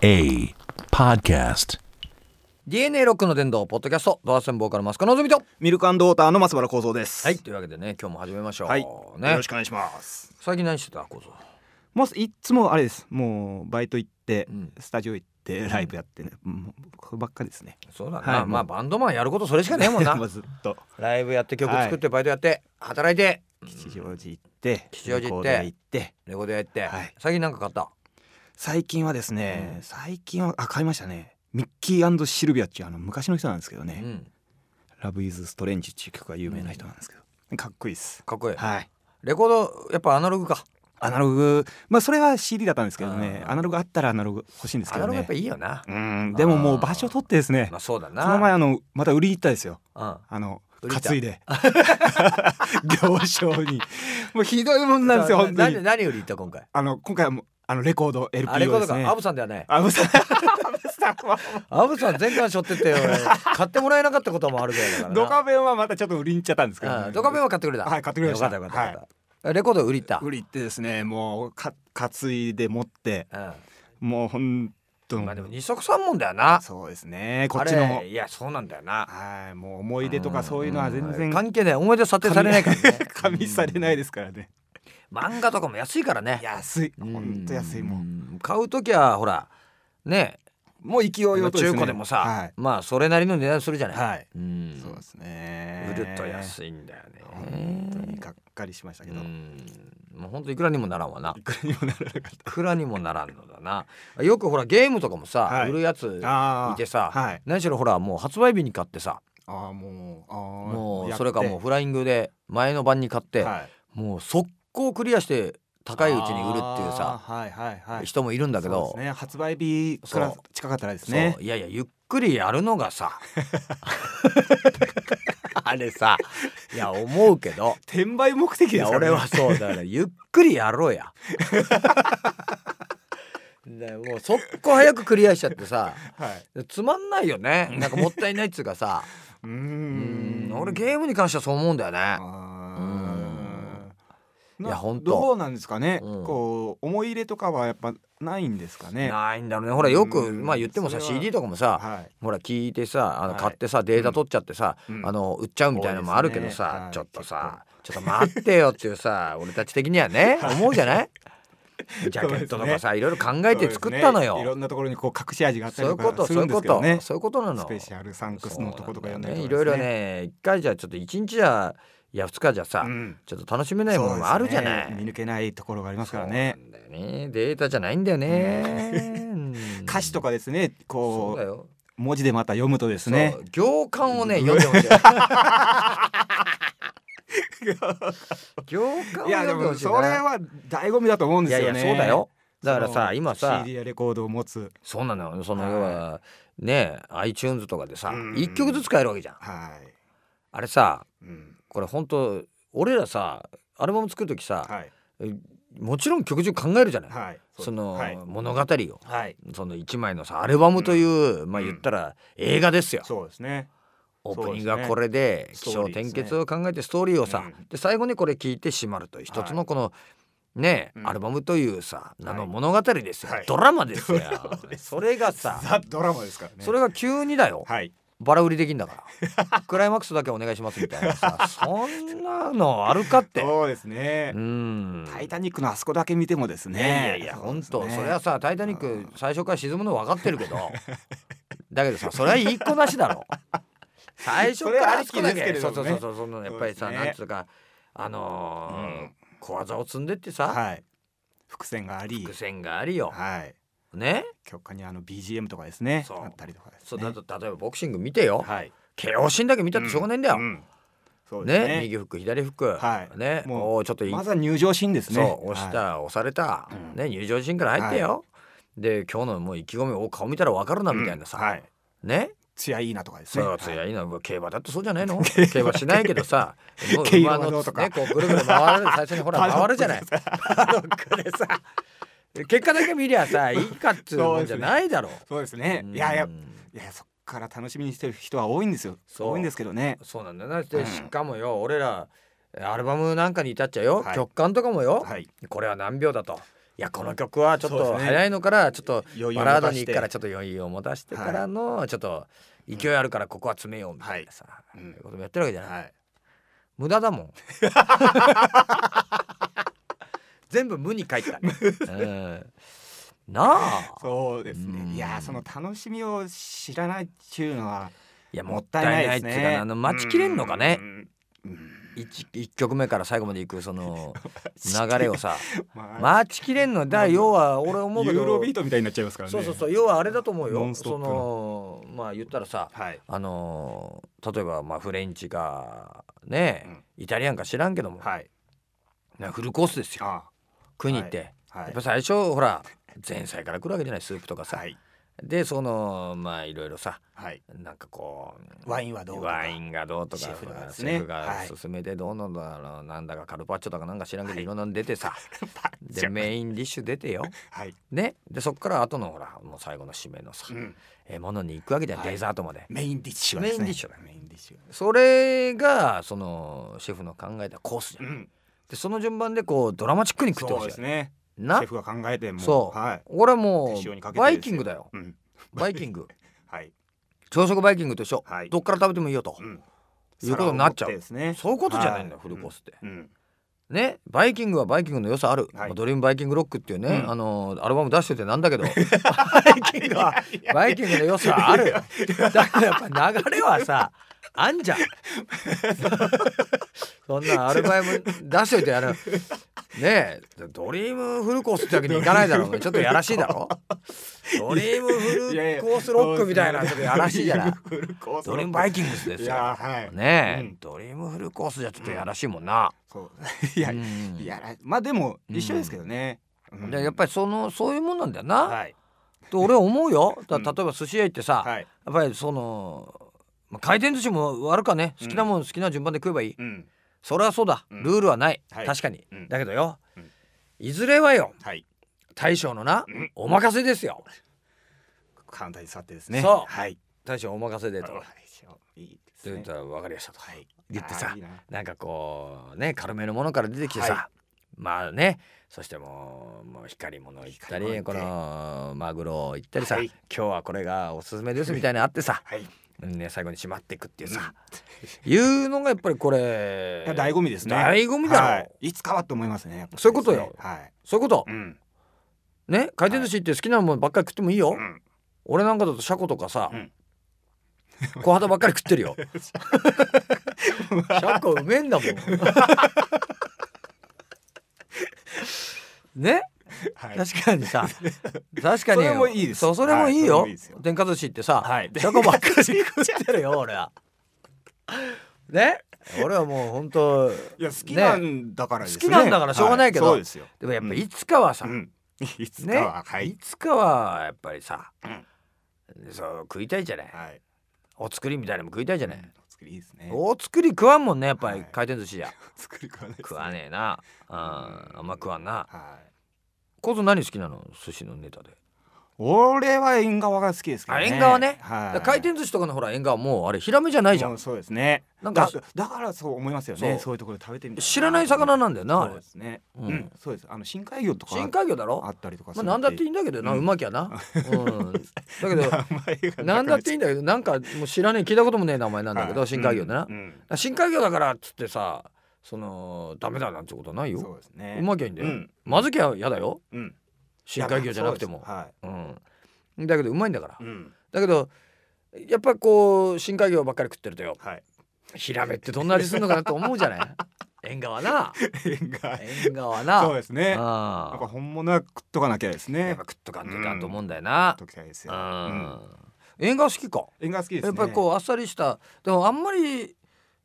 DNA Podcast. DNA6 の伝道ポッドキャストドアセンボーカルマスカのぞみとミルクウォーターの松原幸三です。はいというわけでね今日も始めましょう、はい。よねろしくお願いします。最近何してたこそもういっつもあれです。もうバイト行って、うんスタジオ行って、ライブやってね、もうこればっかりですね。そうだな、はいまあバンドマンやることそれしかねえもん なもうずっとライブやって曲作ってバイトやって働いて吉祥寺行って、吉祥寺行ってレコード屋行って、レコードやって、はい最近なんか買った最近はですね、最近はあ買いましたね。ミッキーシルビアっていうあの昔の人なんですけどうね、んラブイズストレンジっていう曲が有名な人なんですけど、かっこいいです。かっこいいはい。レコードやっぱアナログかアナログ、まあそれは CD だったんですけどねあ、ーアナログあったらアナログ欲しいんですアナけどログやねっぱ。いいよな、うん、でももう場所取ってですねまあ。そうだなこの前あのまた売りに行ったんですようんあの売りに行った担い で行商にもうひどいもんなんですよな本当何に何売り行った今回あの今回はもうあのレコード LP あレコーをでドすねかアブさんではないアブさんアブさんはアブさん全巻背負ってって俺買ってもらえなかったこともあるぐらいだからな ドカベンはまたちょっと売りに行っちゃったんですけどね、うんドカベンは買ってくれた。はい買ってくれましたよかったよかったよかった。レコード売り行った。売り行ってですねもうか担いで持ってうもうほんとん。まあでも二足三問だよな。そうですねこあっれちのいやそうなんだよな。はいもう思い出とかそういうのは全うん然関係ない。思い出査定されないから ね。加味されないで。ですからね漫画とかも安いからね。安いほんと安いもんん。買うときはほらね、もう勢いよ中とすね古でもはさい、まあそれなりの値段するじゃない。はいうん。そうですね売ると安いんだよね。本当にがっかりしましたけうど、いん。もう本当いくらにもならんわな。くらにもならなかいっくらにもならんのだなよくほらゲームとかもさ、はい売るやつたあーいてさ、はい何しろほらもう発売日に買ってさああもうあーもうやってそれかもうフライングで前の晩に買って、はいもう速攻クリアして高いうちに売るっていうさあーはいはいはい人もいるんだけどそうですね発売日からそう近かったらですそうねいやいやゆっくりやるのが さあれさいや思うけ ど転売目的いですやからね俺はそうだからゆっくりやろ うや。ね、もう速攻早くクリアしちゃってさはいつまんないよねなんかもったいないっつうかさううーんん俺ゲームに関してはそう思うんだよねあーいやなほんとどうなんですかね、うんこう思い入れとかはやっぱないんですかねないんだろうねほらよくうんまあ言ってもさそれは CD とかもさはいほら聞いてさあのはい買ってさデータ取っちゃってさうんあの売っちゃうみたいなのもあるけど多いですねさはいちょっとさちょっと待ってよっていうさ 俺たち的にはね思うじゃ ないジャケットとかさいろいろ考えて作ったのそうですねいよろんなところにこう隠し味があったそういうりとことかすそういうるんでこすけどとね。そういうことなのスペシャルサンクスそうなんのだよとことか読んだりねといかろいろですね一回じゃちょっと一日じゃいや二日じゃさうんちょっと楽しめないものもあるじゃなそうでいすね見抜けないところがありますからね。そうなんだよねデータじゃないんだよね 歌詞とかかですね、そうこだうよ文字でまた読むとですねそ。う行間をね読んでほ しい行間をいやで読んでもほしいそなれは醍醐味だと思うんいでやすいよやね。そうだよだからそさの今さ CD やレコードを持つ。そうなのよそのはい要はね iTunes とかでさうん1曲ずつ買えるわけじゃんはい。あれさうんこれ本当俺らさアルバム作る時さはいもちろん曲順考えるじゃないはい。そのはい物語をはい。その1枚のさアルバムという、まあうん言ったら映画ですよ、そうですね。オープニングがこれでそうです起ね承転結を考えてストーリーをさ、うんで最後にこれ聞いて締まるという一つのこの、ね、うんアルバムというさ名のはい物語ですよ、はいドラマですよ、ドラマですそれがさ、ザドラマですからね。それが急にだよ、はい。バラ売りできんだからクライマックスだけお願いしますみたいな さそんなのあるかってそうですねう。んタイタニックのあそこだけ見てもですね。いやいやいや本当それはさ「タイタニッうクん」最初から沈むの分かってるけど だけどさそれはいい子なしだろ最初からあそこだけそれはありきですけれそうどそうもそうねそうそのやっぱりさそうですなねんつうかあのーうん小技を積んでってさはい。伏線があり苦、戦がありよはい。ね曲家にあの BGM とかですね。そうあったりとかですね。そうだと例えばボクシング見てよはい。 KO シーンだけ見たってしょうがないんだようんそうですねね。右フック左フックはいねもうおーちょっといまずは入場シーンですね。そう押した押されたうんね入場シーンから入ってよで今日のもう意気込みを顔見たら分かるなはいみたいなうんはさい。ね艶いいなとかですね。そうはい強いの競馬だってそうじゃ ないの競馬しないけどさもう競馬馬ののとかねこうぐるぐる回る最初に ほらパドック回るじゃ ないパドックでさ結果だけ見りゃ さいいかっつうもんじゃないだろそうですうねん。いやいやいやそっから楽しみにしてる人は多いんですよ。そう多いんですけどね。そうなんだよなでうんしかもよ俺らアルバムなんかに至っちゃよはい曲感とかもよはい。これは何秒だといやこの曲はちょっそうとですね早いのからちょっと余裕をバ持たラせードにて行くからちょっと余裕を持たしてからのちょっと勢いあるからここは詰めようみたいなさ、ういんうこともやってるわけじゃない、はい無駄だもん全部無に書いた、うん、なあそうですね、うんいやーその楽しみを知らないっていうのはいやももっったたいいなないいでですすねねあの待ちきれんのかねうんうん一一曲目から最後まで行くその流れをさまあ待ちきれんのだ要は俺思うけユどーロビートみたいになっちゃいますからねそうそうそう要はあれだと思うノンよストッそプのまあ言ったらさはいあのー例えばまあフレンチかね、イタリアンか知らんけども、はいなフルコースですよあ食いに行って、はやっいぱ最初ほら前菜から来るわけじゃないスープとかさ、はいでそのまあいろいろさはいなんかこうワインはどうとかワインがどうとかシシェェフフがですが,、ねはい勧めてどうなんだろうなんだかカルパッチョとかなんか知らんけど、はいい、ろんなの出て さでメインディッシュ出てよ、はいね、でそっから後のほらもう最後の締めのさ、うんえものに行くわけじゃん、はいデザートまで。メインディッシュはですねメインディッシュだメインディッシュそれがそのシェフの考えたコースじゃん、うんでその順番でこうドラマチックに食ってそほしういですねシなェフが考えてもそうはい俺はも手塩にかけうてですよバイキングだようんバイキングはい朝食バイキングと一緒、はいどっから食べてもいいよと、うんいうことになっちゃう皿を持てですねそういうことじゃないんだよ、はフルコースって、うんねバイキングはバイキングの良さある、はいまあドリームバイキングロックっていうね、うんあのアルバム出しててなんだけど バイキングはいやバイキングの良さあるだからやっぱ流れはさあ んじゃんそんなアルバム出しといてあのねえドリームフルコースってわけにいかないだろうちょっとやらしいだろドリームフルコースロックみたいなちょっとやらしいじゃないフルコースドロックリームバイキングスですいよやーはいねえ、うんドリームフルコースじゃちょっとやらしいもんな、そういやうんいやらまあでも一緒ですけどね。うんでやっぱりそのそういうもんなんだよな、はいと俺は思うよだうん例えば寿司屋行ってさ、はいやっぱりその、まあ、回転寿司もあるかね好きなもん好きな順番で食えばいい、うんそれはそうだうんルールはない、はい確かに、うんだけどよ、うんいずれはよはい大将のな、うんお任せですよカウンターに座ってですね。そうはい。大将お任せでと、はいっていいです言ねったら分かりましたと、はい言ってあさーいいななんかこうね軽めのものから出てきてさ、はまあねそしてもうもう光り物行った光りりこ物行ってのマグロ行ったりさ、はい今日はこれがおすすめですみたいなのあって さ、はい。ね、最後に締まっていくっていうさ、いうのがやっぱりこれいや醍醐味ですね。醍醐味だろ、はい。いつかはと思いますね。やっぱりそういうことよはい。そういうこと、うんね回転寿司って好きなものばっかり食ってもいいよ、ん俺なんかだとシャコとかさ、うん小肌ばっかり食って るよ シャコうめえんだもんねはい。確かに さ確かにそれもいいですそうそれもいいはいそれよ,、もいいですよ天下寿司ってさ、はいシャコばっかり食ってるよ俺 はね俺はもう本当いや好きなんだからですね。好きなんだからしょうがないけどはそうですよ。でもやっうぱんいつかはさ、うん。いつかねははいいつかはやっぱりさ、うんそう食いたいじゃない、はい。お作りみたいなのも食いたいじゃない、お作りいいですね。お作り食わんもんねやっぱりはい回転寿司じゃ、 作り食わないです。食わねえな、うん、あんま食わんなはい。コズ何好きなの寿司のネタで、俺は縁側が好きですけどね。あ縁側ねだはい。から回転寿司とかのほら縁側もうあれヒラメじゃないじゃもんうそうですね。なんだかだからそう思いますよね。そそうういうところで食べてみた知らない魚なんだよなあそうれですね。うんうん、そうです。あの深海魚とか深海魚だろあったりとかすまるあんで。何だっていいんだけどな、ううんまきゃな、うん、だけ どけど何だっていいんだけどなんかもう知らねえ聞いたこともねえ名前なんだけはどい深海魚でなう、ん深海魚だからっつってさそのダメだなんてことはないうんよそうですね。うまきゃいいんだよ、うんまずきゃ嫌だようん。深海魚じゃなくていもやそうでうん、だけどうまいんだから、すはい。うん。だけどやっぱこう深海魚ばっかり食ってるとよはい。ヒラメってどんな味するのかなと思うじゃない 縁側な縁側。縁側なそうですね。やっあぱ本物は食っとかなきゃですやね。っぱ食っとかんといかんと思うんだよな、食っときたいですうよ。んうん縁側好きか、縁側好きですね。やっぱりこうあっさりしたでもあんまり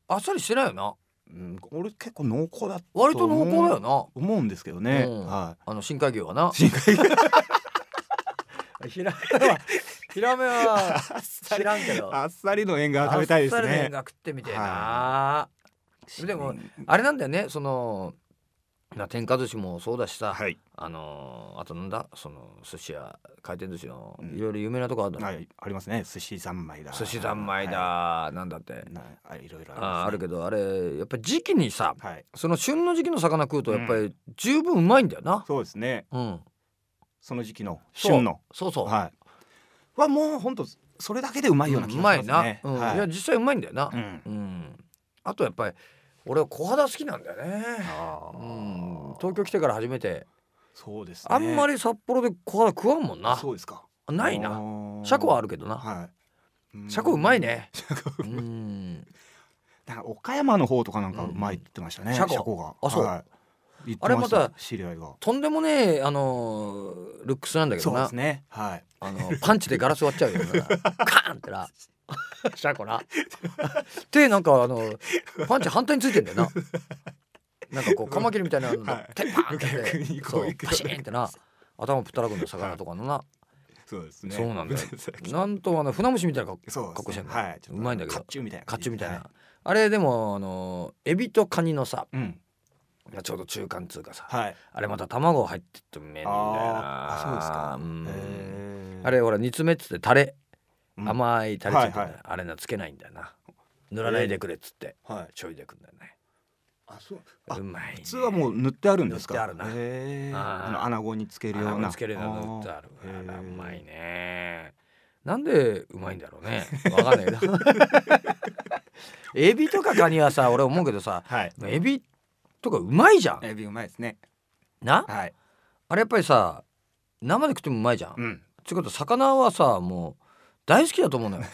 あっさりしてないよなうん。俺結構濃厚だ。割と濃厚だよ。な思うんですけどね。うんは。あの深海魚はない 深海魚。ヒラメはヒラメはあっさ知りらんけど あっさりの縁側食べたいですあっさり麺ね。が食ってみてえな、でもあれなんだよねそのな天下寿司もそうだしさ、はいあのーあとなんだその寿司屋回転寿司のうんいろいろ有名なとこあるの、はいありますね寿司三昧だ寿司三昧だ、はなんだっていなあいろいろあーあるけどどあれやっぱり時期にさはいその旬の時期の魚食うとやっぱり十分うまいんだよな、そうですねうん、その時期のそう旬のそうそう、はいはもう本当それだけでうまいような気うがまいしますな、ねうん、はいや実際うまいんだよな、ううんんあとやっぱり俺は小肌好きなんだよね、あうーん、東京来てから初めてそうですねあんまりり札幌で小肌食わんもんなそうですかないな車庫はあるけどなはい車庫うまいねう庫んなんか岡山の方とかなんかうまいって言ってましたね、うん車車庫庫があそうはい、言ってましたあれまた知り合いがとんでもねえあのールックスなんだけどそうでな、すねはいあのパンチでガラス割っちゃうよなカーンってな車庫な手なんかあのパンチ反対についてんだよななんかこうカマキリみたいなのはでい手パーンってやって逆にこうそう行くパシーンってな頭ぶったらくんだ魚とかのな、そうですねそう なんだよそうですねなんとあの船虫みたいな格そう格好してんのはいちょっとうまいんだけど甲冑みたいな甲感じ冑みたいな、はあれでもあのエビとカニのさうんちょうど中間通過さ、はいあれまた卵入ってってうめえんだよなあーあそうですかうんへーあれほら煮詰めっつってタレ、うん甘いタレついてんだよはいはいあれなつけないんだよな塗らないでくれっつって、はいちょいでくんだよねあそううまい、ね、普通はもう塗ってあるんですか塗ってあるなへーあーあの穴子につけるよう穴な子つけるような塗ってあるあーあらうへーまいねなんでうまいんだろう ねわかんない けどエビとかカニはさ俺思うけどさはいエビとかうまいじゃんエビうまいですねなはいあれやっぱりさ生で食ってもうまいじゃん、うっん てことは魚はさもう大好きだと思うのよ好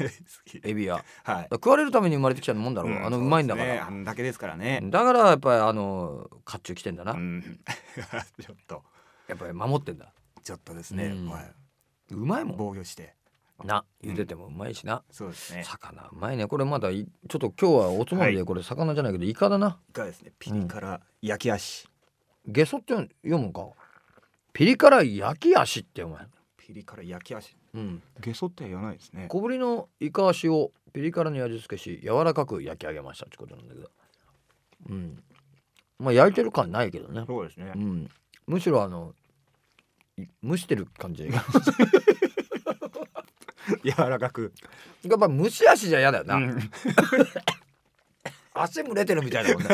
きエビはだかはいら食われるために生まれてきたもんだろう、うんあのうまいんだかそですら、ねあんだけですからねだからやっぱりあの甲冑着てんだな、うん ちょっとやっぱり守ってんだちょっとですね、うんはいうまいも防御してんな茹でてもうまいしな、そうですね魚うまいねこれまだいちょっと今日はおつまみでこれ魚じゃないけどイカだなイカですねピリ辛焼き足、ゲソって読むんかピリ辛焼き足ってお前ピリ辛焼き足うんゲソって言わないですね小ぶりのイカ足をピリ辛に味付けし柔らかく焼き上げましたってことなんだけどうんまあ焼いてる感ないけどねそうですねうんむしろあのい蒸してる感じやっ柔らかく、ぱ蒸し足じゃ嫌だよな、 うん、汗蒸れてるみたいなもんね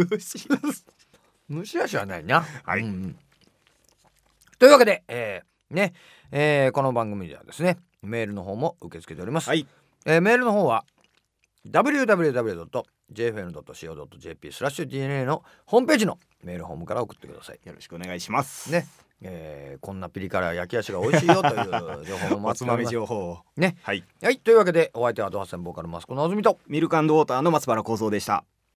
蒸し蒸し足はないなはいうんうんというわけで、えーねえーこの番組ではですねメールの方も受け付けております、はいえーメールの方は www.jfn.co.jp スラッシュ DNA のホームページのメールホームから送ってください。よろしくお願いしますね、えーこんなピリ辛焼き足が美味しいよという情報も お待つっておまりまみす。情報をねはいはい、というわけでお相手はドハセンボーカルマスコのあずみとミルクボーターの松原幸三でした